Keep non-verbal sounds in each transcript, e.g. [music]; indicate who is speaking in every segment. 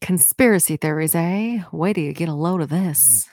Speaker 1: Conspiracy theories, eh? Wait till you get a load of this.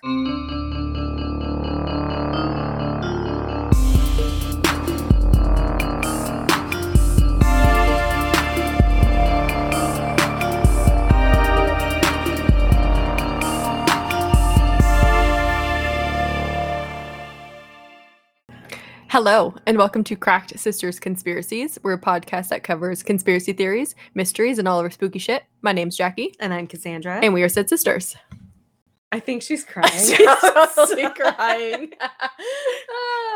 Speaker 2: Hello, and welcome to Cracked Sisters Conspiracies. We're a podcast that covers conspiracy theories, mysteries, and all of our spooky shit. My name's Jackie,
Speaker 3: And I'm Cassandra.
Speaker 2: and we are Sid Sisters.
Speaker 3: I think [laughs] she's crying. [laughs]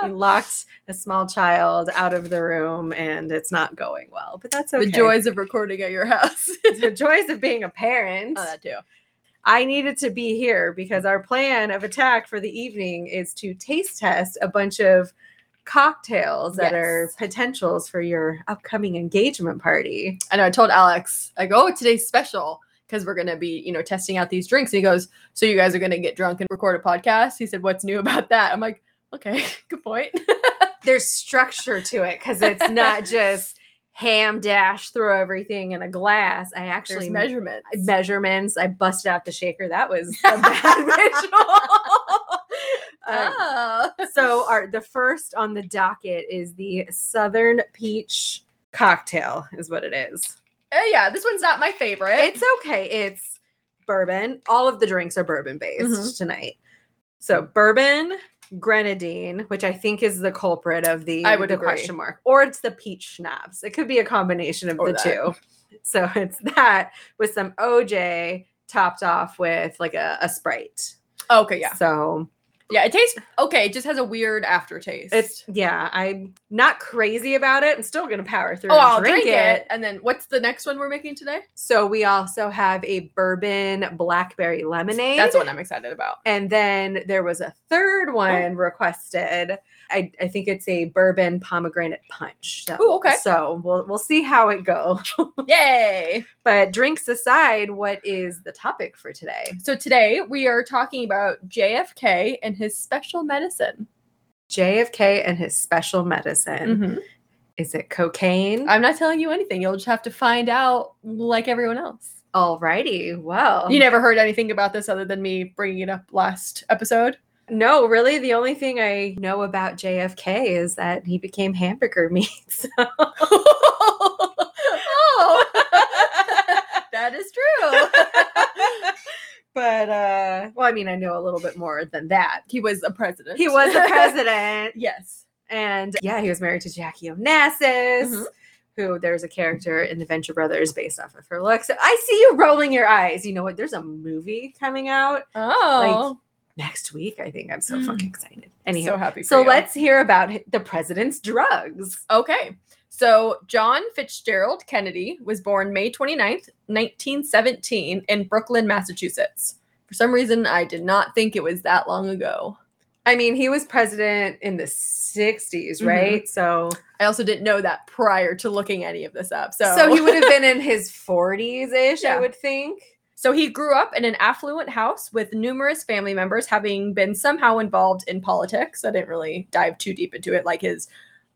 Speaker 3: we locked a small child out of the room and it's not going well, but that's okay.
Speaker 2: The joys of recording at your house.
Speaker 3: [laughs] the joys of being a parent.
Speaker 2: [laughs] too.
Speaker 3: I needed to be here because our plan of attack for the evening is to taste test a bunch of cocktails that are
Speaker 2: Yes.
Speaker 3: potentials for your upcoming engagement party.
Speaker 2: I know. I told Alex, I go, oh, today's special because we're going to be, you know, testing out these drinks. And he goes, so you guys are going to get drunk and record a podcast? He said, what's new about that? I'm like, okay, [laughs] good point.
Speaker 3: there's structure to it because it's [laughs] not just ham dash throw everything in a glass. I
Speaker 2: There's
Speaker 3: actually measured
Speaker 2: measurements.
Speaker 3: measurements. I busted out the shaker. That was a bad [laughs] visual. Um,
Speaker 2: Oh.
Speaker 3: so our the first on the docket is the Southern Peach cocktail, is what it is.
Speaker 2: Eh, yeah, this one's not my favorite.
Speaker 3: It's okay. It's bourbon. All of the drinks are bourbon based
Speaker 2: Mhm.
Speaker 3: tonight. So bourbon, grenadine, which I think is the culprit of the
Speaker 2: I would
Speaker 3: the
Speaker 2: agree.
Speaker 3: question mark, or it's the peach schnapps. It could be a combination of
Speaker 2: Or
Speaker 3: the
Speaker 2: that.
Speaker 3: two. So [laughs] it's that with some OJ topped off with like a, a sprite.
Speaker 2: okay, yeah.
Speaker 3: So
Speaker 2: Yeah, it tastes okay. It just has a weird aftertaste.
Speaker 3: it's yeah, I'm not crazy about it. I'm still gonna power through.
Speaker 2: oh,
Speaker 3: and
Speaker 2: I'll drink, it. And then what's the next one we're making today?
Speaker 3: So we also have a bourbon blackberry lemonade.
Speaker 2: That's the one I'm excited
Speaker 3: [laughs]
Speaker 2: about.
Speaker 3: And then there was a
Speaker 2: Oh.
Speaker 3: third one requested. I, I think it's a bourbon pomegranate punch. So,
Speaker 2: Ooh, okay.
Speaker 3: So we'll we'll see how it goes.
Speaker 2: Yay!
Speaker 3: But drinks aside, what is the topic for today?
Speaker 2: So today we are talking about JFK and his special medicine.
Speaker 3: JFK and his special medicine.
Speaker 2: Mm-hmm.
Speaker 3: Is it cocaine?
Speaker 2: I'm not telling you anything. You'll just have to find out like everyone else.
Speaker 3: Alrighty. Well,
Speaker 2: You never heard anything about this other than me bringing it up last
Speaker 3: [laughs]
Speaker 2: episode.
Speaker 3: no, really, the only thing I know about JFK is that he became hamburger [laughs] meat.
Speaker 2: [laughs]
Speaker 3: So [laughs]
Speaker 2: oh, that is
Speaker 3: [laughs]
Speaker 2: true.
Speaker 3: but uh, well, I mean, I know a little bit more than that.
Speaker 2: he was a president.
Speaker 3: He
Speaker 2: [laughs]
Speaker 3: was the president.
Speaker 2: yes.
Speaker 3: And yeah, he was married to Jackie Onassis,
Speaker 2: Mhm.
Speaker 3: who there's a character in the Venture Brothers based off of her looks. I see you rolling your eyes. You know what? There's a movie coming out
Speaker 2: Oh,
Speaker 3: next week. I think I'm so
Speaker 2: Mm.
Speaker 3: fucking excited. Anyhow,
Speaker 2: so happy. For
Speaker 3: so
Speaker 2: you.
Speaker 3: let's hear about hi- the president's drugs.
Speaker 2: Okay. So John Fitzgerald Kennedy was born May 29th, 1917 in Brooklyn, Massachusetts. For some reason, I did not think it was that long ago.
Speaker 3: I mean, he was president in the 60s,
Speaker 2: Mhm.
Speaker 3: right? So,
Speaker 2: I also didn't know that prior to looking any of this up. So
Speaker 3: so he would have
Speaker 2: [laughs]
Speaker 3: been in his 40s ish,
Speaker 2: Yeah.
Speaker 3: I would think.
Speaker 2: So he grew up in an affluent house with numerous family members having been somehow involved in politics. I didn't really dive too deep into it. Like his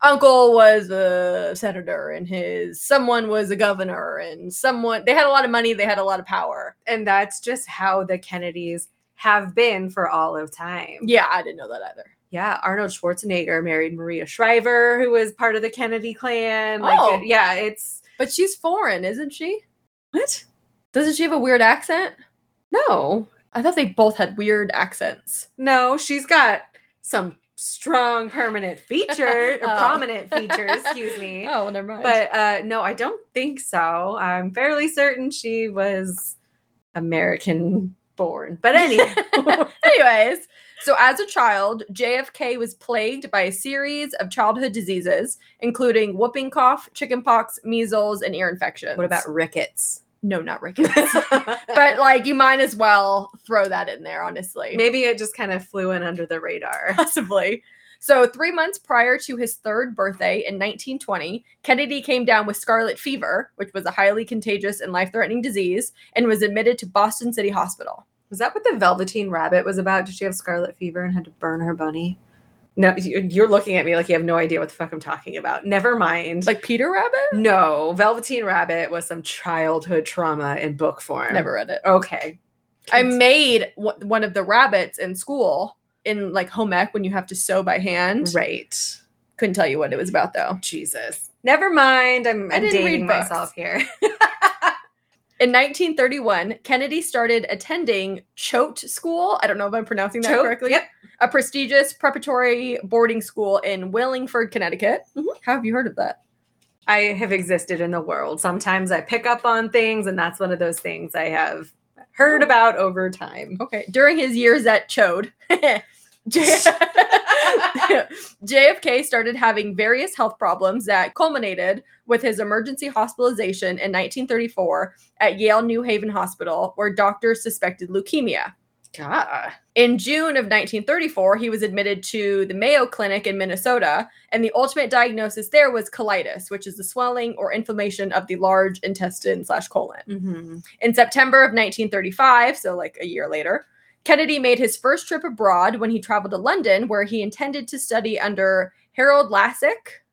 Speaker 2: uncle was a senator and his someone was a governor and someone they had a lot of money, they had a lot of power.
Speaker 3: And that's just how the Kennedys have been for all of time.
Speaker 2: Yeah, I didn't know that either.
Speaker 3: Yeah, Arnold Schwarzenegger married Maria Shriver, who was part of the Kennedy clan. Like,
Speaker 2: Oh.
Speaker 3: it- yeah, it's
Speaker 2: But she's foreign, isn't she?
Speaker 3: what?
Speaker 2: Doesn't she have a weird accent?
Speaker 3: No,
Speaker 2: I thought they both had weird accents.
Speaker 3: no, she's got some strong permanent
Speaker 2: [laughs]
Speaker 3: feature, or
Speaker 2: Oh.
Speaker 3: prominent feature, excuse me.
Speaker 2: [laughs] Oh, never mind. But
Speaker 3: But uh, no, I don't think so. I'm fairly certain she was American born.
Speaker 2: [laughs]
Speaker 3: But anyway,
Speaker 2: Anyways, so as a child, JFK was plagued by a series of childhood diseases, including whooping cough, chickenpox, measles, and ear infections.
Speaker 3: what
Speaker 2: [laughs]
Speaker 3: about rickets? [laughs]
Speaker 2: no, not rickets? [laughs] but like, you might as well throw that in there, honestly.
Speaker 3: Maybe it just kind of flew in under the radar.
Speaker 2: Possibly. So, three months prior to his third birthday in 1920, Kennedy came down with scarlet fever, which was a highly contagious and life threatening disease, and was admitted to Boston City Hospital.
Speaker 3: Was that what the Velveteen Rabbit was about? Did she have scarlet fever and had to burn her bunny? No, you- you're looking at me like you have no idea what the fuck I'm talking about. Never mind.
Speaker 2: Like Peter Rabbit?
Speaker 3: no, Velveteen Rabbit was some childhood trauma in book form.
Speaker 2: Never read it.
Speaker 3: Okay.
Speaker 2: I made w- one of the rabbits in school in like home ec when you have to sew by hand.
Speaker 3: right.
Speaker 2: Couldn't tell you what it was about though.
Speaker 3: Jesus. Never mind. I'm,
Speaker 2: I
Speaker 3: I'm
Speaker 2: didn't read
Speaker 3: dating
Speaker 2: books.
Speaker 3: myself here.
Speaker 2: In 1931, Kennedy started attending Choate School. I don't know if I'm pronouncing that
Speaker 3: Choate,
Speaker 2: correctly.
Speaker 3: yep.
Speaker 2: A prestigious preparatory boarding school in Willingford, Connecticut.
Speaker 3: Mm-hmm.
Speaker 2: How have you heard of that?
Speaker 3: I have existed in the world. Sometimes I pick up on things, and that's one of those things I have heard
Speaker 2: Oh.
Speaker 3: about over time.
Speaker 2: Okay. During his years at Chode, [laughs] J- [laughs] JFK started having various health problems that culminated with his emergency hospitalization in 1934 at Yale New Haven Hospital, where doctors suspected leukemia.
Speaker 3: God.
Speaker 2: In June of 1934, he was admitted to the Mayo Clinic in Minnesota, and the ultimate diagnosis there was colitis, which is the swelling or inflammation of the large intestine slash colon.
Speaker 3: Mm-hmm.
Speaker 2: In September of 1935, so like a year later, Kennedy made his first trip abroad when he traveled to London, where he intended to study under Harold Lassick,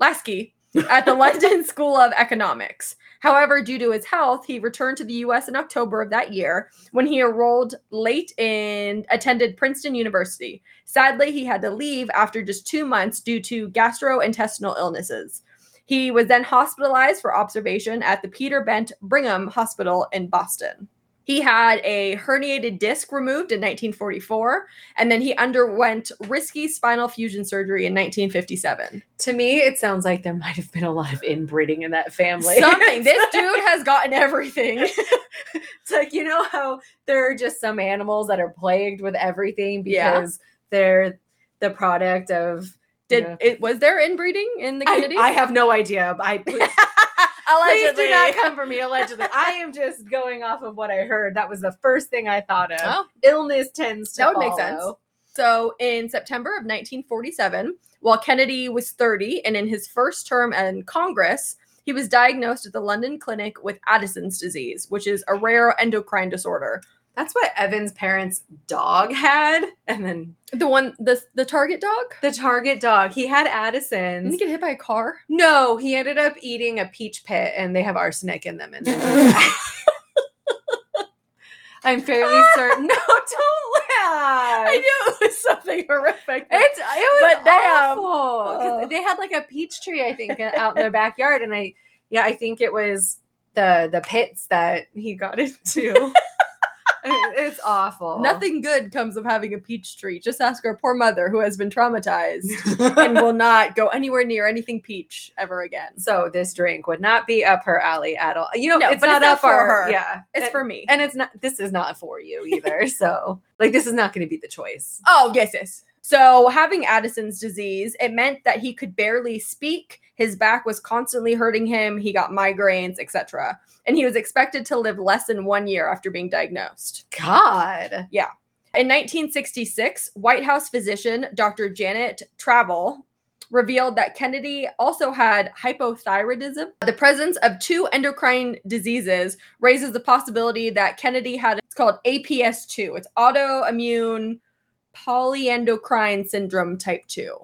Speaker 2: Lasky at the London School of Economics. However, due to his health, he returned to the US in October of that year when he enrolled late and attended Princeton University. Sadly, he had to leave after just two months due to gastrointestinal illnesses. He was then hospitalized for observation at the Peter Bent Brigham Hospital in Boston. He had a herniated disc removed in 1944, and then he underwent risky spinal fusion surgery in 1957.
Speaker 3: To me, it sounds like there might have been a lot of inbreeding in that family. [laughs]
Speaker 2: Something. This dude has gotten everything.
Speaker 3: it's like you know how there are just some animals that are plagued with everything
Speaker 2: Yeah.
Speaker 3: because they're the product of
Speaker 2: Did
Speaker 3: Yeah.
Speaker 2: it? Was there inbreeding in the
Speaker 3: I,
Speaker 2: Kennedys?
Speaker 3: I have no idea. [laughs] I please, please do not come for me. Allegedly, I am just going off of what I heard. That was the first thing I thought of.
Speaker 2: Oh.
Speaker 3: Illness tends to
Speaker 2: That would make sense.
Speaker 3: follow.
Speaker 2: So, in September of 1947, while Kennedy was 30 and in his first term in Congress, he was diagnosed at the London Clinic with Addison's disease, which is a rare endocrine disorder.
Speaker 3: That's what Evan's parents' dog had, and then
Speaker 2: The one, the the target dog.
Speaker 3: the Target dog. He had
Speaker 2: Didn't
Speaker 3: Addison's.
Speaker 2: he get hit by a car?
Speaker 3: no, he ended up eating a peach pit, and they have arsenic in them. And
Speaker 2: [laughs]
Speaker 3: I'm fairly
Speaker 2: [laughs]
Speaker 3: certain. No, don't laugh.
Speaker 2: knew it was something horrific.
Speaker 3: It's it was
Speaker 2: But damn.
Speaker 3: awful. 'cause
Speaker 2: Ugh.
Speaker 3: They had like a peach tree, I think, out in their backyard, and I, yeah, I think it was the the pits that he got
Speaker 2: [laughs]
Speaker 3: into. I- it's awful.
Speaker 2: Nothing good comes of having a peach tree. Just ask our poor mother, who has been traumatized and will not go anywhere near anything peach ever again.
Speaker 3: So this drink would not be up her alley at all. You know,
Speaker 2: No,
Speaker 3: it's
Speaker 2: but
Speaker 3: not
Speaker 2: it's not
Speaker 3: up
Speaker 2: for
Speaker 3: our-
Speaker 2: her.
Speaker 3: Yeah,
Speaker 2: It's
Speaker 3: and,
Speaker 2: for me.
Speaker 3: and it's not. This is not for you either. [laughs] so like, this is not going to be the choice.
Speaker 2: Oh, yes, yes. So, having Addison's disease, it meant that he could barely speak. His back was constantly hurting him. He got migraines, etc. And he was expected to live less than one year after being diagnosed.
Speaker 3: God.
Speaker 2: In 1966, White House physician Dr. Janet Travel revealed that Kennedy also had hypothyroidism. The presence of two endocrine diseases raises the possibility that Kennedy had it's called APS2. It's autoimmune polyendocrine syndrome type 2.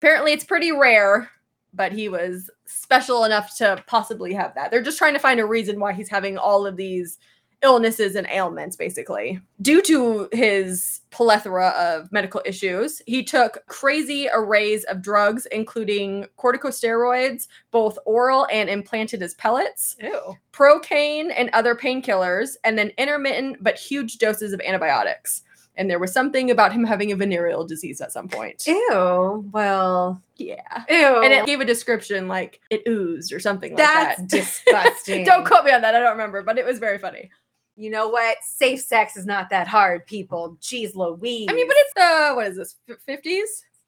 Speaker 2: Apparently it's pretty rare, but he was special enough to possibly have that. They're just trying to find a reason why he's having all of these illnesses and ailments basically due to his plethora of medical issues, he took crazy arrays of drugs, including corticosteroids, both oral and implanted as pellets,
Speaker 3: Ew.
Speaker 2: procaine and other painkillers, and then intermittent but huge doses of antibiotics. And there was something about him having a venereal disease at some point.
Speaker 3: Ew. Well.
Speaker 2: yeah.
Speaker 3: Ew.
Speaker 2: And it gave a description like it oozed or something
Speaker 3: Oh. [laughs]
Speaker 2: [laughs]
Speaker 3: that's
Speaker 2: like that. [laughs]
Speaker 3: disgusting.
Speaker 2: don't quote me on that. I don't remember, but it was very funny.
Speaker 3: You know what? Safe sex is not that hard, people. Jeez Louise.
Speaker 2: I mean, but it's the, what is this, f- 50s?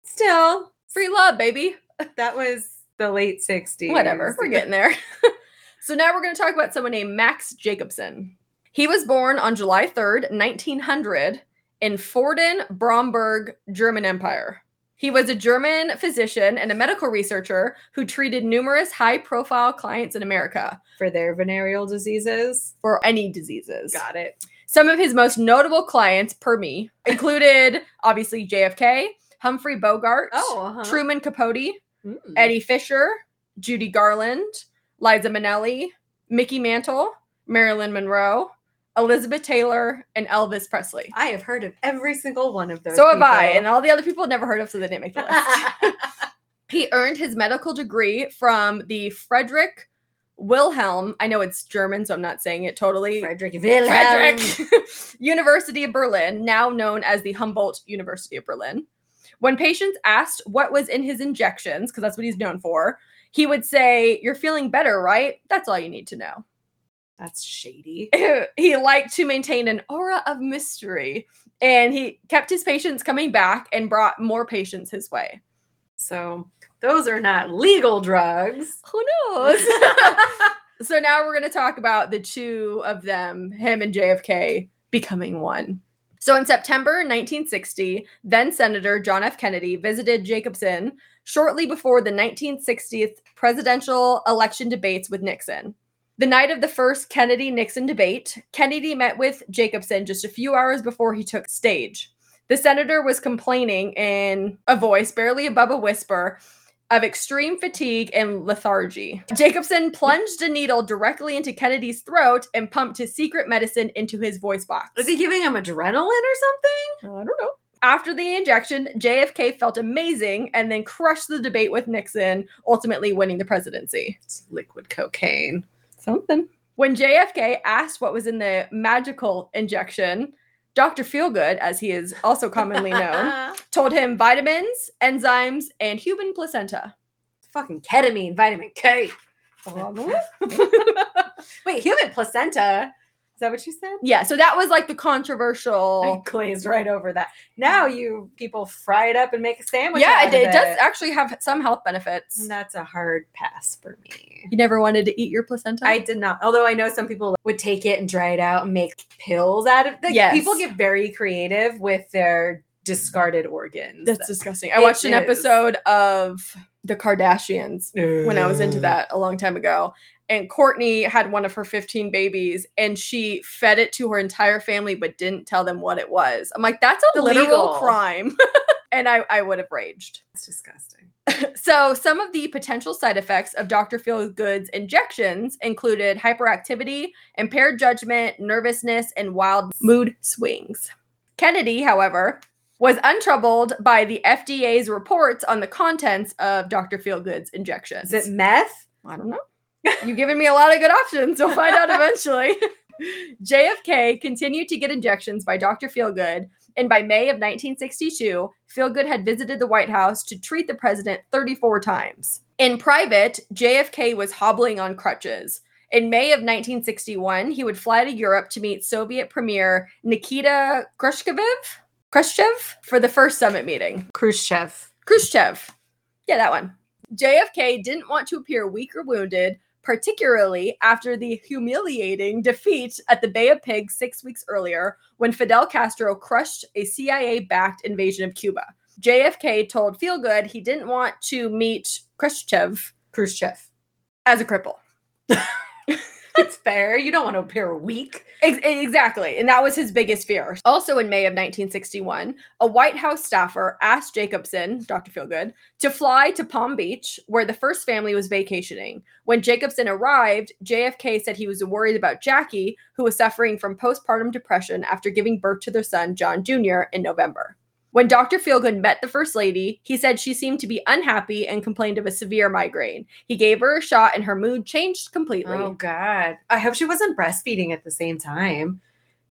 Speaker 3: still,
Speaker 2: Free love, baby.
Speaker 3: that was the late 60s.
Speaker 2: Whatever, we're getting there. [laughs] so now we're going to talk about someone named Max Jacobson. He was born on July 3rd, 1900, in Forden, Bromberg, German Empire. He was a German physician and a medical researcher who treated numerous high profile clients in America
Speaker 3: For their venereal diseases.
Speaker 2: for any diseases.
Speaker 3: Got it.
Speaker 2: Some of his most notable clients, per me, included obviously JFK, Humphrey Bogart,
Speaker 3: Oh, uh-huh.
Speaker 2: Truman Capote,
Speaker 3: Mm.
Speaker 2: Eddie Fisher, Judy Garland, Liza Minnelli, Mickey Mantle, Marilyn Monroe, Elizabeth Taylor, and Elvis Presley.
Speaker 3: I have heard of every single one of those.
Speaker 2: So have I, and
Speaker 3: people.
Speaker 2: all the other people never heard of, so they didn't make the
Speaker 3: [laughs]
Speaker 2: list. he earned his medical degree from the Frederick Wilhelm. I know it's German, so I'm not saying it totally.
Speaker 3: Frederick Wilhelm.
Speaker 2: Frederick um, University of Berlin, now known as the Humboldt University of Berlin. When patients asked what was in his injections, because that's what he's known for, he would say, You're feeling better, right? That's all you need to know. [laughs]
Speaker 3: That's shady.
Speaker 2: he liked to maintain an aura of mystery and he kept his patients coming back and brought more patients his way.
Speaker 3: So those are not legal drugs.
Speaker 2: Who knows? [laughs] so now we're going to talk about the two of them, him and JFK, becoming one. So in September 1960, then Senator John F. Kennedy visited Jacobson shortly before the 1960th presidential election debates with Nixon. The night of the first Kennedy Nixon debate, Kennedy met with Jacobson just a few hours before he took stage. The senator was complaining in a voice barely above a whisper of extreme fatigue and lethargy. Jacobson plunged a needle directly into Kennedy's throat and pumped his secret medicine into his voice box.
Speaker 3: Is he giving him adrenaline or something?
Speaker 2: I don't know. After the injection, JFK felt amazing and then crushed the debate with Nixon, ultimately winning the presidency.
Speaker 3: It's liquid cocaine.
Speaker 2: Something. When JFK asked what was in the magical injection, Dr. Feelgood, as he is also commonly
Speaker 3: [laughs]
Speaker 2: known, [laughs] told him vitamins, enzymes, and human placenta. [laughs]
Speaker 3: Fucking ketamine, vitamin K. Wait, human placenta. Is that what you said?
Speaker 2: yeah, so that was like the
Speaker 3: I
Speaker 2: controversial.
Speaker 3: glazed right over that. Now you people fry it up and make a sandwich.
Speaker 2: Yeah,
Speaker 3: out
Speaker 2: it,
Speaker 3: of
Speaker 2: it does actually have some health benefits.
Speaker 3: And That's a hard pass for me.
Speaker 2: You never wanted to eat your placenta?
Speaker 3: I did not. Although I know some people would take it and dry it out and make pills out of. Like,
Speaker 2: Yes.
Speaker 3: People get very creative with their discarded organs.
Speaker 2: That's disgusting. I
Speaker 3: It
Speaker 2: watched an
Speaker 3: is.
Speaker 2: episode of The Kardashians when I was into that a long time ago. And Courtney had one of her 15 babies and she fed it to her entire family but didn't tell them what it was. I'm like, that's a literal
Speaker 3: Illegal.
Speaker 2: crime. [laughs] and I, I would have raged.
Speaker 3: It's disgusting.
Speaker 2: So, some of the potential side effects of Dr. Feelgood's injections included hyperactivity, impaired judgment, nervousness, and wild mood swings. Kennedy, however, was untroubled by the FDA's reports on the contents of Dr. Feelgood's injections.
Speaker 3: Is it meth?
Speaker 2: I don't know. [laughs] You've given me a lot of good options. We'll find out eventually. [laughs] JFK continued to get injections by Dr. Feelgood, and by May of 1962, Feelgood had visited the White House to treat the president 34 times. In private, JFK was hobbling on crutches. In May of 1961, he would fly to Europe to meet Soviet Premier Nikita Khrushchev, Khrushchev for the first summit meeting.
Speaker 3: Khrushchev.
Speaker 2: Khrushchev. Yeah, that one. JFK didn't want to appear weak or wounded, particularly after the humiliating defeat at the Bay of Pigs six weeks earlier when Fidel Castro crushed a CIA backed invasion of Cuba. JFK told Feelgood he didn't want to meet Khrushchev
Speaker 3: Khrushchev. [laughs]
Speaker 2: as a cripple.
Speaker 3: That's fair. You don't want to appear weak.
Speaker 2: Ex- exactly. And that was his biggest fear. Also in May of 1961, a White House staffer asked Jacobson, Dr. Feelgood, to fly to Palm Beach, where the first family was vacationing. When Jacobson arrived, JFK said he was worried about Jackie, who was suffering from postpartum depression after giving birth to their son, John Jr., in November. When Dr. Feelgood met the First Lady, he said she seemed to be unhappy and complained of a severe migraine. He gave her a shot and her mood changed completely.
Speaker 3: Oh God. I hope she wasn't breastfeeding at the same time.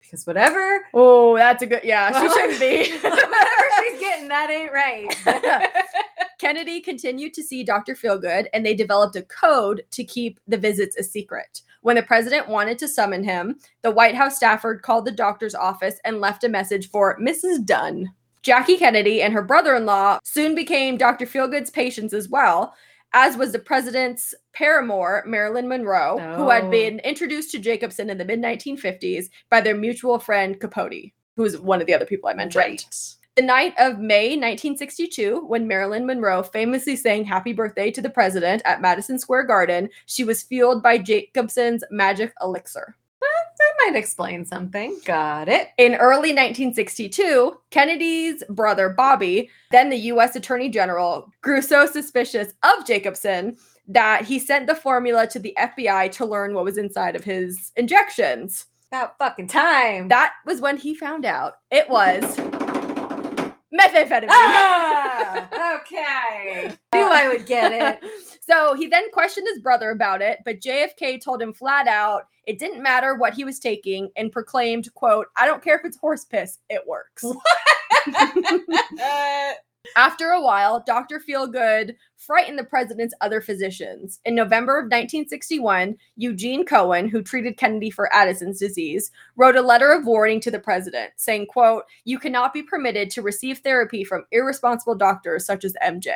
Speaker 3: Because whatever
Speaker 2: Oh, that's a good. Yeah,
Speaker 3: Well-
Speaker 2: she
Speaker 3: [laughs]
Speaker 2: should
Speaker 3: whatever
Speaker 2: be.
Speaker 3: she's getting, that ain't right.
Speaker 2: [laughs] Kennedy continued to see Dr. Feelgood, and they developed a code to keep the visits a secret. When the president wanted to summon him, the White House staffer called the doctor's office and left a message for Mrs. Dunn. Jackie Kennedy and her brother in law soon became Dr. Feelgood's patients as well, as was the president's paramour, Marilyn Monroe, who had
Speaker 3: Oh.
Speaker 2: been introduced to Jacobson in the mid 1950s by their mutual friend Capote, who was one of the other people I mentioned. The night of May 1962, when Marilyn Monroe famously sang Happy Birthday to the President at Madison Square Garden, she was fueled by Jacobson's magic elixir.
Speaker 3: That might explain something. Got it.
Speaker 2: In early 1962, Kennedy's brother Bobby, then the U.S. Attorney General, grew so suspicious of Jacobson that he sent the formula to the FBI to learn what was inside of his injections.
Speaker 3: About fucking
Speaker 2: [laughs]
Speaker 3: time.
Speaker 2: That was when he found out it [laughs] was methamphetamine.
Speaker 3: ah, okay. Knew I would get it.
Speaker 2: So he then questioned his brother about it, but JFK told him flat out it didn't matter what he was taking and proclaimed, quote, I don't care if it's horse piss, it works. [laughs]
Speaker 3: Uh,
Speaker 2: After a while, Dr. Feelgood frightened the president's other physicians. In November of 1961, Eugene Cohen, who treated Kennedy for Addison's disease, wrote a letter of warning to the president saying, quote, "You cannot be permitted to receive therapy from irresponsible doctors such as MJ."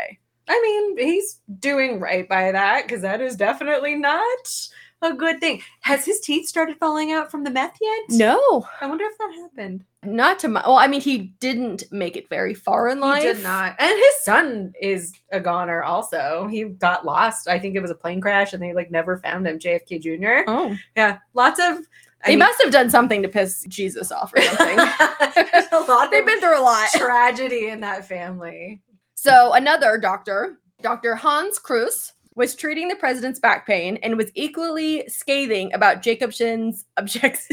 Speaker 3: I mean, he's doing right by that because that is definitely not a good thing. Has his teeth started falling out from the meth yet?
Speaker 2: No,
Speaker 3: I wonder if that happened.
Speaker 2: not to my Well, I mean, he didn't make it very far in life.
Speaker 3: He did not. And his son is a goner also. He got lost. I think it was a plane crash and they like never found him, JFK Jr.
Speaker 2: Oh.
Speaker 3: Yeah. Lots of
Speaker 2: They
Speaker 3: I [laughs] mean-
Speaker 2: must have done something to piss Jesus off or [laughs]
Speaker 3: [laughs]
Speaker 2: something.
Speaker 3: a lot
Speaker 2: They've been through a lot. [laughs]
Speaker 3: tragedy in that family.
Speaker 2: So another doctor, Dr. Hans Kruse, was treating the president's back pain and was equally scathing about Jacobson's objects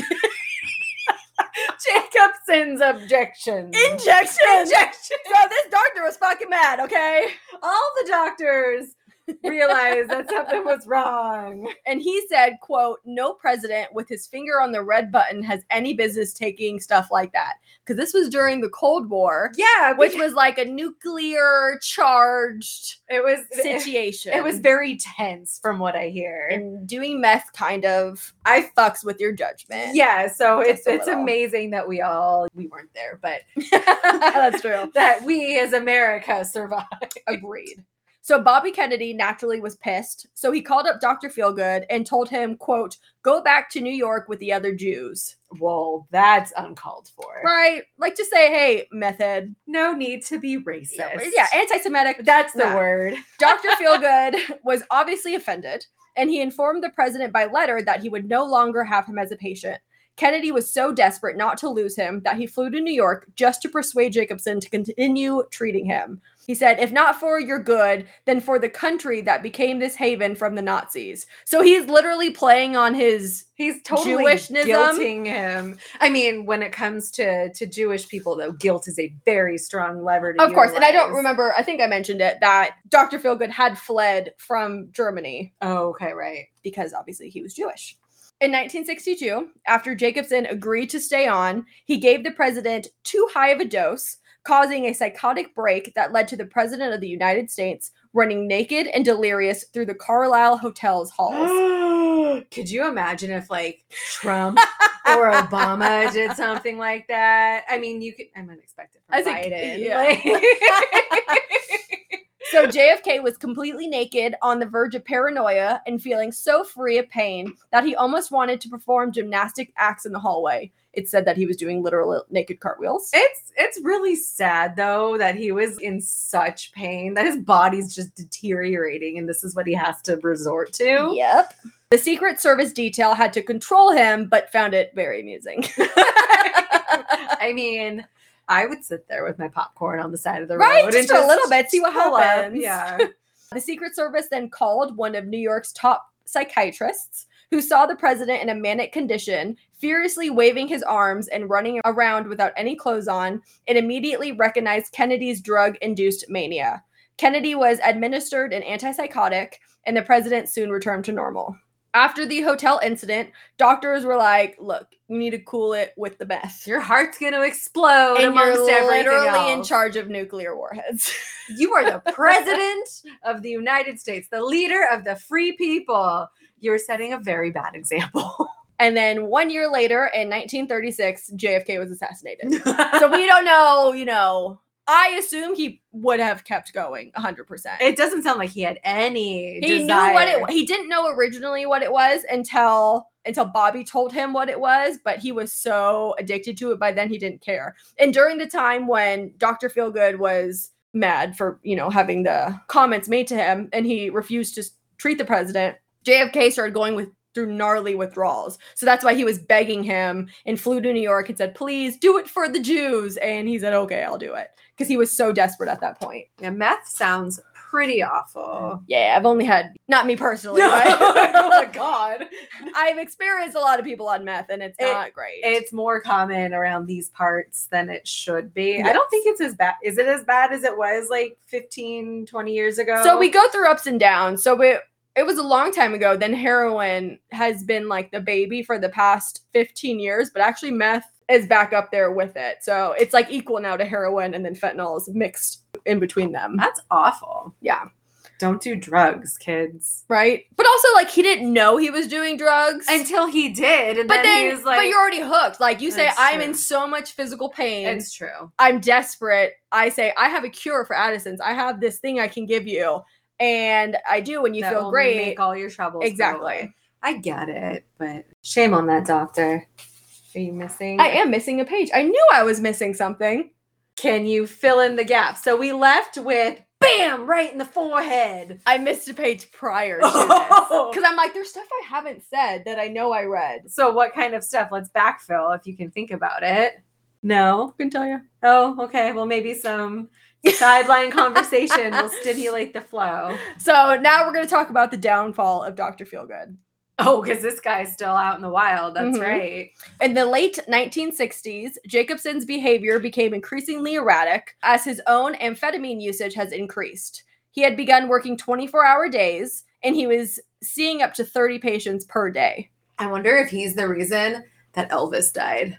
Speaker 2: [laughs]
Speaker 3: Jacobson's objections.
Speaker 2: injection.
Speaker 3: Injection.
Speaker 2: So this doctor was fucking mad, okay?
Speaker 3: All the doctors realized that something was wrong.
Speaker 2: And he said, quote, no president with his finger on the red button has any business taking stuff like that. Because this was during the Cold War,
Speaker 3: Yeah,
Speaker 2: which was like a nuclear charged
Speaker 3: it was it,
Speaker 2: situation.
Speaker 3: it was very tense from what I hear.
Speaker 2: and doing meth kind of I fucks with your judgment.
Speaker 3: yeah, so it's
Speaker 2: Just a
Speaker 3: it's
Speaker 2: little.
Speaker 3: amazing that we all we weren't there, but
Speaker 2: [laughs] [laughs]
Speaker 3: [laughs]
Speaker 2: That's true.
Speaker 3: that we as America survived.
Speaker 2: Agreed. So Bobby Kennedy naturally was pissed. So he called up Dr. Feelgood and told him, quote, go back to New York with the other Jews.
Speaker 3: Well, that's uncalled for.
Speaker 2: Right? Like just say, hey, method.
Speaker 3: No need to be racist.
Speaker 2: Yeah, anti-Semitic.
Speaker 3: that's the
Speaker 2: Yeah.
Speaker 3: word.
Speaker 2: Dr. Feelgood was obviously offended, and he informed the president by letter that he would no longer have him as a patient. Kennedy was so desperate not to lose him that he flew to New York just to persuade Jacobson to continue treating him. He said, If not for your good, then for the country that became this haven from the Nazis. So he's literally playing on his.
Speaker 3: He's totally
Speaker 2: Jewishness.
Speaker 3: guilting him. I mean, when it comes to to Jewish people, though, guilt is a very strong lever. To
Speaker 2: Of course, and I don't
Speaker 3: utilize.
Speaker 2: remember, I think I mentioned it, that Dr. Feelgood had fled from Germany
Speaker 3: Oh, okay, right.
Speaker 2: because obviously he was Jewish. In 1962, after Jacobson agreed to stay on, he gave the president too high of a dose, causing a psychotic break that led to the president of the United States running naked and delirious through the Carlisle Hotel's
Speaker 3: [gasps]
Speaker 2: halls.
Speaker 3: Could you imagine if like
Speaker 2: [laughs]
Speaker 3: Trump or Obama did something like that? I mean, you could. I'm unexpected from
Speaker 2: I think-
Speaker 3: Biden.
Speaker 2: yeah. [laughs]
Speaker 3: like-
Speaker 2: so JFK was completely naked on the verge of paranoia and feeling so free of pain that he almost wanted to perform gymnastic acts in the hallway. It said that he was doing literal naked cartwheels.
Speaker 3: It's it's really sad though that he was in such pain that his body's just deteriorating and this is what he has to resort to.
Speaker 2: Yep. The Secret Service detail had to control him, but found it very amusing. [laughs]
Speaker 3: I mean, I would sit there with my popcorn on the side of the
Speaker 2: Right,
Speaker 3: road
Speaker 2: just for a little bit, see what
Speaker 3: pull up.
Speaker 2: happens.
Speaker 3: Yeah.
Speaker 2: the Secret Service then called one of New York's top psychiatrists who saw the president in a manic condition, furiously waving his arms and running around without any clothes on, and immediately recognized Kennedy's drug induced mania. Kennedy was administered an antipsychotic, and the president soon returned to normal. After the hotel incident, doctors were like, look, you need to cool it with the meth.
Speaker 3: Your heart's going to explode
Speaker 2: and
Speaker 3: amongst
Speaker 2: you're
Speaker 3: everything
Speaker 2: literally in
Speaker 3: else.
Speaker 2: charge of nuclear warheads. [laughs]
Speaker 3: You are the president of the United States, the leader of the free people. You're setting a very bad [laughs] example.
Speaker 2: and then one year later, in 1936, JFK was
Speaker 3: [laughs]
Speaker 2: assassinated. so we don't know. You know, I assume he would have kept going 100. percent
Speaker 3: it doesn't sound like he had any.
Speaker 2: He knew what
Speaker 3: desire.
Speaker 2: it. He didn't know originally what it was until until Bobby told him what it was. But he was so addicted to it by then he didn't care. And during the time when Doctor Feelgood was mad for you know having the comments made to him, and he refused to s- treat the president, JFK started going with through gnarly withdrawals. So that's why he was begging him and flew to New York and said, please do it for the Jews. And he said, okay, I'll do it. Because he was so desperate at that point.
Speaker 3: Yeah, meth sounds pretty [laughs] awful.
Speaker 2: Yeah, I've only had, not me
Speaker 3: [laughs]
Speaker 2: personally, [laughs]
Speaker 3: oh my
Speaker 2: but
Speaker 3: god.
Speaker 2: I've experienced a lot of people on meth and it's
Speaker 3: It-
Speaker 2: not great.
Speaker 3: It's more common around these parts than it should be. I don't think it's as bad. Is it as bad as it was like 15, 20 years ago?
Speaker 2: So we go through ups and downs. So we, it was a long time ago. Then heroin has been like the baby for the past 15 years, but actually meth is back up there with it. So it's like equal now to heroin and then fentanyl is mixed in between them.
Speaker 3: That's awful.
Speaker 2: Yeah.
Speaker 3: Don't do drugs, kids.
Speaker 2: Right. But also like he didn't know he was doing drugs.
Speaker 3: Until he did, and
Speaker 2: but
Speaker 3: then,
Speaker 2: then,
Speaker 3: he was like,
Speaker 2: but you're already hooked. Like you say,
Speaker 3: That's
Speaker 2: I'm
Speaker 3: true.
Speaker 2: in so much physical pain.
Speaker 3: "It's true."
Speaker 2: I'm desperate. I say, I have a cure for Addison's. I have this thing I can give you. And I do, and you
Speaker 3: That
Speaker 2: feel
Speaker 3: will
Speaker 2: great.
Speaker 3: Make all your troubles go
Speaker 2: Exactly.
Speaker 3: away. I get it, but shame on that doctor. Are you missing?
Speaker 2: I am missing a page. I knew I was missing something.
Speaker 3: Can you fill in the gap? So we left with bam right in the [laughs] forehead.
Speaker 2: I missed a page prior to
Speaker 3: [laughs]
Speaker 2: this. Because I'm like, there's stuff I haven't said that I know I read.
Speaker 3: So what kind of stuff? Let's backfill if you can think about it. No.
Speaker 2: I can tell you.
Speaker 3: Oh, okay. Well, maybe some [laughs] sideline conversation will stimulate the flow.
Speaker 2: So now we're going to talk about the downfall of Dr. Feelgood.
Speaker 3: Oh, because this guy's still out in the wild. That's
Speaker 2: Mhm.
Speaker 3: right.
Speaker 2: In the late 1960s, Jacobson's behavior became increasingly erratic as his own amphetamine usage has increased. He had begun working 24 hour days and he was seeing up to 30 patients per day.
Speaker 3: I wonder if he's the reason that Elvis died.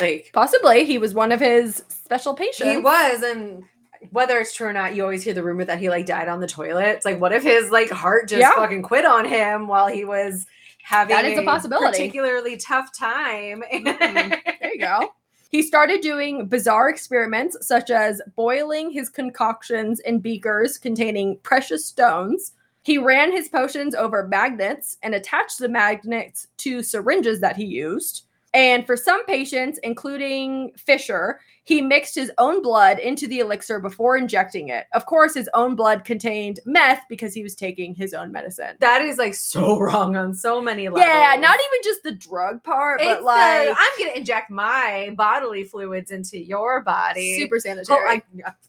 Speaker 3: Like
Speaker 2: Possibly he was one of his special patients.
Speaker 3: he was, and whether it's true or not, you always hear the rumor that he like died on the toilet. It's like, what if his like heart just
Speaker 2: Yeah.
Speaker 3: fucking quit on him while he was having
Speaker 2: That is a possibility.
Speaker 3: particularly tough time?
Speaker 2: Mhm. There you go. He started doing bizarre experiments such as boiling his concoctions in beakers containing precious stones. He ran his potions over magnets and attached the magnets to syringes that he used. And for some patients, including Fisher, he mixed his own blood into the elixir before injecting it. Of course, his own blood contained meth because he was taking his own medicine.
Speaker 3: [laughs] that is like so wrong on so many levels.
Speaker 2: Yeah, not even just the drug part,
Speaker 3: It's
Speaker 2: but like
Speaker 3: the, I'm gonna inject my bodily fluids into your body.
Speaker 2: super
Speaker 3: Oh,
Speaker 2: sanitary.
Speaker 3: I,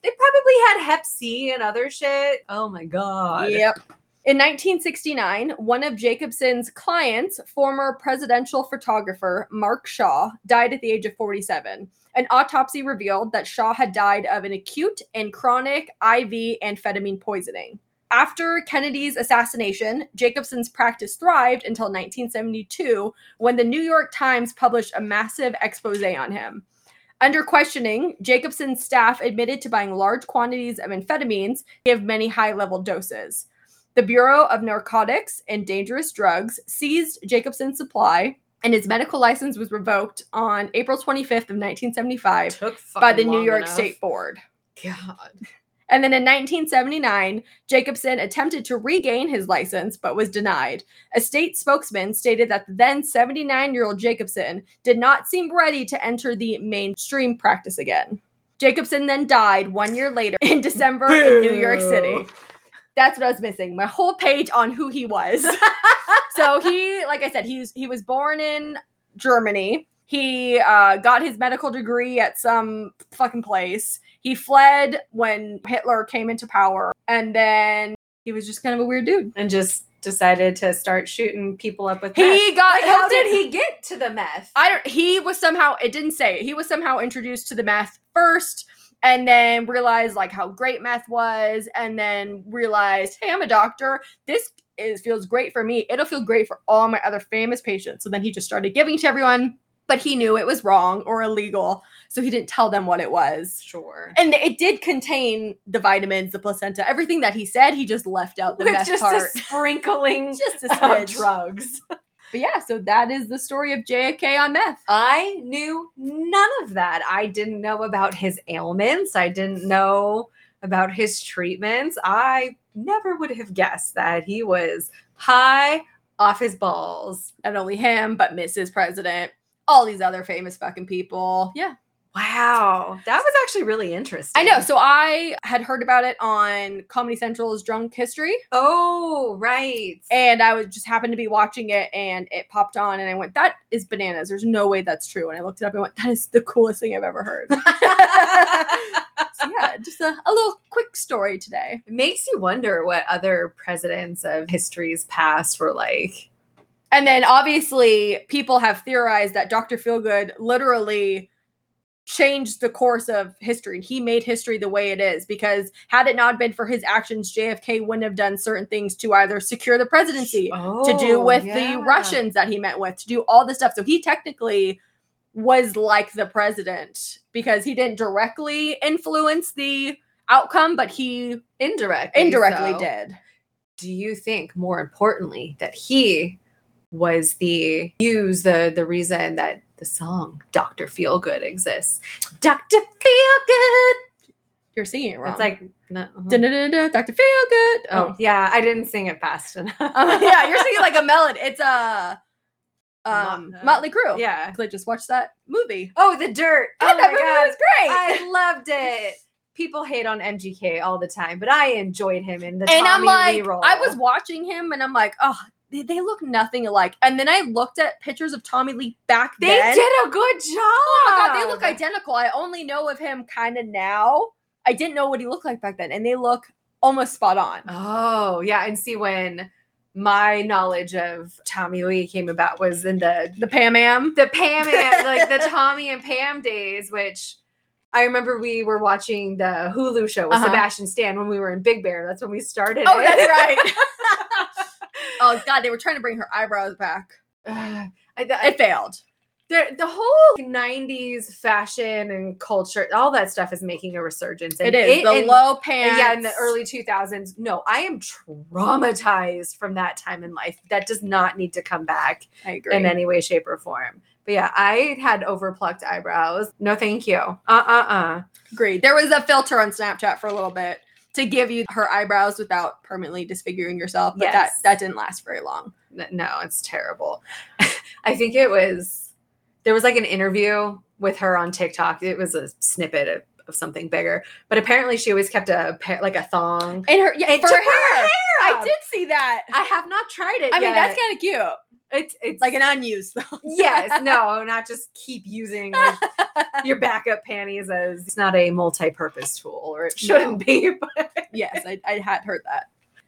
Speaker 3: they probably had Hep C and other shit. Oh my god.
Speaker 2: Yep. In 1969, one of Jacobson's clients, former presidential photographer Mark Shaw, died at the age of 47. An autopsy revealed that Shaw had died of an acute and chronic IV amphetamine poisoning. After Kennedy's assassination, Jacobson's practice thrived until 1972 when the New York Times published a massive expose on him. Under questioning, Jacobson's staff admitted to buying large quantities of amphetamines, give many high level doses. The Bureau of Narcotics and Dangerous Drugs seized Jacobson's supply, and his medical license was revoked on April 25th of 1975
Speaker 3: Took
Speaker 2: by
Speaker 3: fucking
Speaker 2: the New
Speaker 3: long
Speaker 2: York
Speaker 3: enough.
Speaker 2: State Board.
Speaker 3: God.
Speaker 2: And then in 1979, Jacobson attempted to regain his license but was denied. A state spokesman stated that the then 79 year old Jacobson did not seem ready to enter the mainstream practice again. Jacobson then died one year later in December in New York City.
Speaker 3: Boo.
Speaker 2: That's what I was missing. My whole page on who he was. [laughs] so he, like I said, he was, he was born in Germany. He uh, got his medical degree at some fucking place. He fled when Hitler came into power, and then he was just kind of a weird dude.
Speaker 3: And just decided to start shooting people up with meth.
Speaker 2: He got
Speaker 3: Like, how
Speaker 2: hooked in-
Speaker 3: did he get to the meth?
Speaker 2: I don't. He was somehow. It didn't say. it. He was somehow introduced to the meth first, and then realized like how great meth was, and then realized, hey, I'm a doctor. This is feels great for me. It'll feel great for all my other famous patients. So then he just started giving to everyone, but he knew it was wrong or illegal, so he didn't tell them what it was.
Speaker 3: Sure.
Speaker 2: And it did contain the vitamins, the placenta, everything that he said. He just left out the
Speaker 3: With
Speaker 2: meth
Speaker 3: just
Speaker 2: part.
Speaker 3: a sprinkling
Speaker 2: just a [laughs]
Speaker 3: of
Speaker 2: smidge.
Speaker 3: drugs.
Speaker 2: But yeah, so that is the story of JFK on meth.
Speaker 3: I knew none of that. I didn't know about his ailments. I didn't know about his treatments. I never would have guessed that he was high off his balls.
Speaker 2: not only him, but Mrs. President, all these other famous fucking people. Yeah.
Speaker 3: Wow. That was actually really interesting.
Speaker 2: I know. So I had heard about it on Comedy Central's Drunk History,
Speaker 3: Oh, right.
Speaker 2: and I was just happened to be watching it, and it popped on, and I went, "That is bananas. There's no way that's true." And I looked it up and went, "That is the coolest thing I've ever heard."
Speaker 3: [laughs]
Speaker 2: [laughs] So [laughs] yeah, just a, a little quick story today.
Speaker 3: it makes you wonder what other presidents of history's past were like.
Speaker 2: And then obviously, people have theorized that Dr. Feelgood literally changed the course of history. He made history the way it is because had it not been for his actions, JFK wouldn't have done certain things to either secure the presidency, to do
Speaker 3: Oh,
Speaker 2: with
Speaker 3: yeah.
Speaker 2: the Russians that he met with, to do all this stuff. So he technically was like the president because he didn't directly influence the outcome, but he
Speaker 3: indirectly.
Speaker 2: indirectly
Speaker 3: so.
Speaker 2: did.
Speaker 3: Do you think, more importantly, that he was the use the the reason that the song Doctor Feelgood exists? Doctor Feelgood. Um,
Speaker 2: You're singing it wrong.
Speaker 3: It's like no. uh-huh.
Speaker 2: Dun-dun-dun-dun, Dr. Feelgood.
Speaker 3: Oh yeah, I didn't sing it fast [laughs] enough.
Speaker 2: Um,
Speaker 3: Oh,
Speaker 2: yeah, you're singing like a melody. It's a um,
Speaker 3: Mot- uh,
Speaker 2: Motley Crue.
Speaker 3: yeah.
Speaker 2: I just watched that movie.
Speaker 3: Oh, the dirt.
Speaker 2: God,
Speaker 3: Oh
Speaker 2: that
Speaker 3: my
Speaker 2: movie
Speaker 3: god,
Speaker 2: was great.
Speaker 3: I loved it. People hate on MGK all the time, but I enjoyed him in the
Speaker 2: and I'm
Speaker 3: Tommy
Speaker 2: like,
Speaker 3: Lee role.
Speaker 2: I was watching him, and I'm like, oh, they, they look nothing alike. And then I looked at pictures of Tommy Lee back
Speaker 3: They
Speaker 2: then.
Speaker 3: did a good job.
Speaker 2: Oh my god, they look identical. I only know of him kind of now. I didn't know what he looked like back then, and they look almost spot on.
Speaker 3: Oh yeah, and see when my knowledge of Tommy Lee came about was in the
Speaker 2: The Pam Am.
Speaker 3: the Pam and like
Speaker 2: [laughs]
Speaker 3: the Tommy and Pam days, which I remember we were watching the Hulu show with
Speaker 2: Uh-huh.
Speaker 3: Sebastian Stan when we were in Big Bear. That's when we started.
Speaker 2: Oh,
Speaker 3: it.
Speaker 2: that's
Speaker 3: [laughs]
Speaker 2: right. [laughs] oh god, they were trying to bring her eyebrows back.
Speaker 3: Ugh. [laughs] I, th-
Speaker 2: It failed.
Speaker 3: the, the whole 90s fashion and culture, all that stuff is making a resurgence.
Speaker 2: It
Speaker 3: and
Speaker 2: is the
Speaker 3: and-
Speaker 2: low
Speaker 3: and
Speaker 2: pants.
Speaker 3: yeah, in the early 2000s. No, I am traumatized from that time in life. That does not need to come back
Speaker 2: I agree.
Speaker 3: in any way, shape, or form. But yeah, I had overplucked eyebrows. No, thank you. Uh uh uh.
Speaker 2: Agreed. There was a filter on Snapchat for a little bit to give you her eyebrows without permanently disfiguring yourself, but
Speaker 3: Yes.
Speaker 2: that that didn't last very long.
Speaker 3: N- no, it's terrible. [laughs] I think it was there was like an interview with her on TikTok. It was a snippet of, of something bigger, but apparently she always kept a pair like a thong.
Speaker 2: And her yeah,
Speaker 3: And
Speaker 2: for
Speaker 3: to
Speaker 2: her,
Speaker 3: her hair!
Speaker 2: I did see that.
Speaker 3: I have not tried it.
Speaker 2: I mean, that's
Speaker 3: yet.
Speaker 2: kind of cute.
Speaker 3: it's it's [laughs]
Speaker 2: Like an [laughs] unused.
Speaker 3: yes, no, not just keep using like,
Speaker 2: [laughs]
Speaker 3: your backup panties as it's not a multi-purpose tool, or it shouldn't be. [laughs] But,
Speaker 2: yes, I, I had heard that.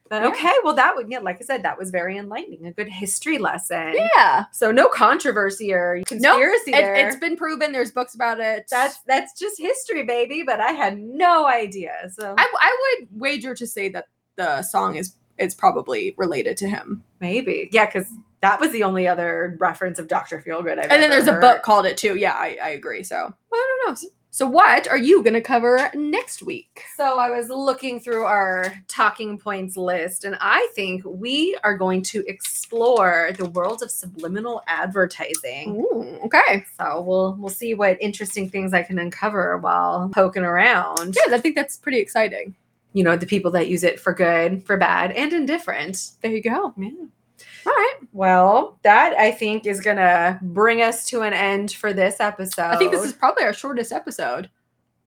Speaker 3: but
Speaker 2: Yeah.
Speaker 3: okay, well, that would yeah, like I said, that was very enlightening, a good history lesson.
Speaker 2: Yeah.
Speaker 3: So no controversy or conspiracy there.
Speaker 2: It, has been proven. There's books about it. [laughs]
Speaker 3: that's that's just history, baby. But I had no idea. So
Speaker 2: I, I would wager to say that the song is is probably related to him.
Speaker 3: maybe yeah, because that was the only other reference of Doctor Feelgood. I've
Speaker 2: And then
Speaker 3: ever
Speaker 2: there's a
Speaker 3: heard.
Speaker 2: book called it too. Yeah, I, I agree. So I don't know. So what are you gonna cover next week?
Speaker 3: So I was looking through our talking points list, and I think we are going to explore the world of subliminal advertising.
Speaker 2: Ooh, okay.
Speaker 3: So we'll we'll see what interesting things I can uncover while poking around.
Speaker 2: Yeah, I think that's pretty exciting.
Speaker 3: You know, the people that use it for good, for bad, and indifferent.
Speaker 2: There you go.
Speaker 3: Yeah.
Speaker 2: All right.
Speaker 3: Well, that I think is gonna bring us to an end for this episode.
Speaker 2: I think this is probably our shortest episode.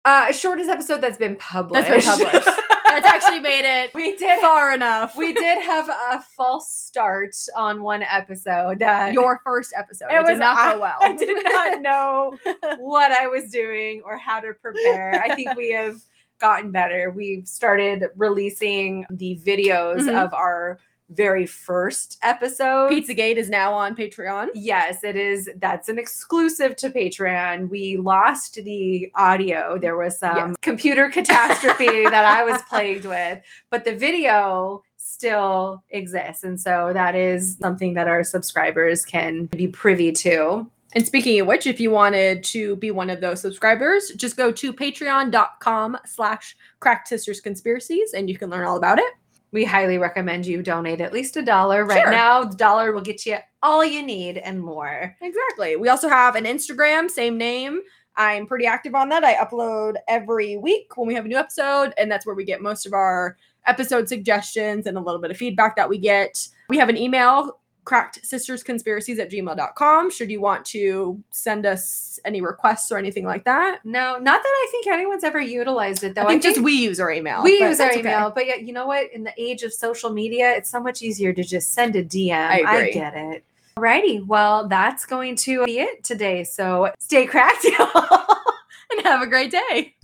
Speaker 3: uh shortest episode that's been published. [laughs]
Speaker 2: published. That's actually made it
Speaker 3: we did
Speaker 2: far enough.
Speaker 3: we did have a false start on one episode. Uh,
Speaker 2: Your first episode. It,
Speaker 3: It
Speaker 2: did
Speaker 3: was-
Speaker 2: not go well.
Speaker 3: [laughs] I did not know what I was doing or how to prepare. I think we have gotten better. We've started releasing the videos
Speaker 2: Mhm.
Speaker 3: of our very first episode.
Speaker 2: Pizzagate is now on Patreon.
Speaker 3: Yes, it is. That's an exclusive to Patreon. We lost the audio. There was some
Speaker 2: Yes. [laughs]
Speaker 3: computer catastrophe that I was plagued with, but the video still exists. And so that is something that our subscribers can be privy to.
Speaker 2: And speaking of which, if you wanted to be one of those subscribers, just go to patreon.com slash crack sisters conspiracies and you can learn all about it.
Speaker 3: We highly recommend you donate at least a dollar right
Speaker 2: Sure.
Speaker 3: now. The dollar will get you all you need and more.
Speaker 2: Exactly. We also have an Instagram, same name. I'm pretty active on that. I upload every week when we have a new episode, and that's where we get most of our episode suggestions and a little bit of feedback that we get. We have an email, cracked sisters conspiracies at gmail.com should you want to send us any requests or anything like that
Speaker 3: No, not that I think anyone's ever utilized it though.
Speaker 2: i think just we use our email
Speaker 3: we
Speaker 2: but
Speaker 3: use our
Speaker 2: that's okay.
Speaker 3: email, but yeah, you know what? In the age of social media, it's so much easier to just send a DM.
Speaker 2: I agree.
Speaker 3: get it. Alrighty, well, that's going to be it today. So stay cracked, [laughs] y'all.
Speaker 2: and have a great day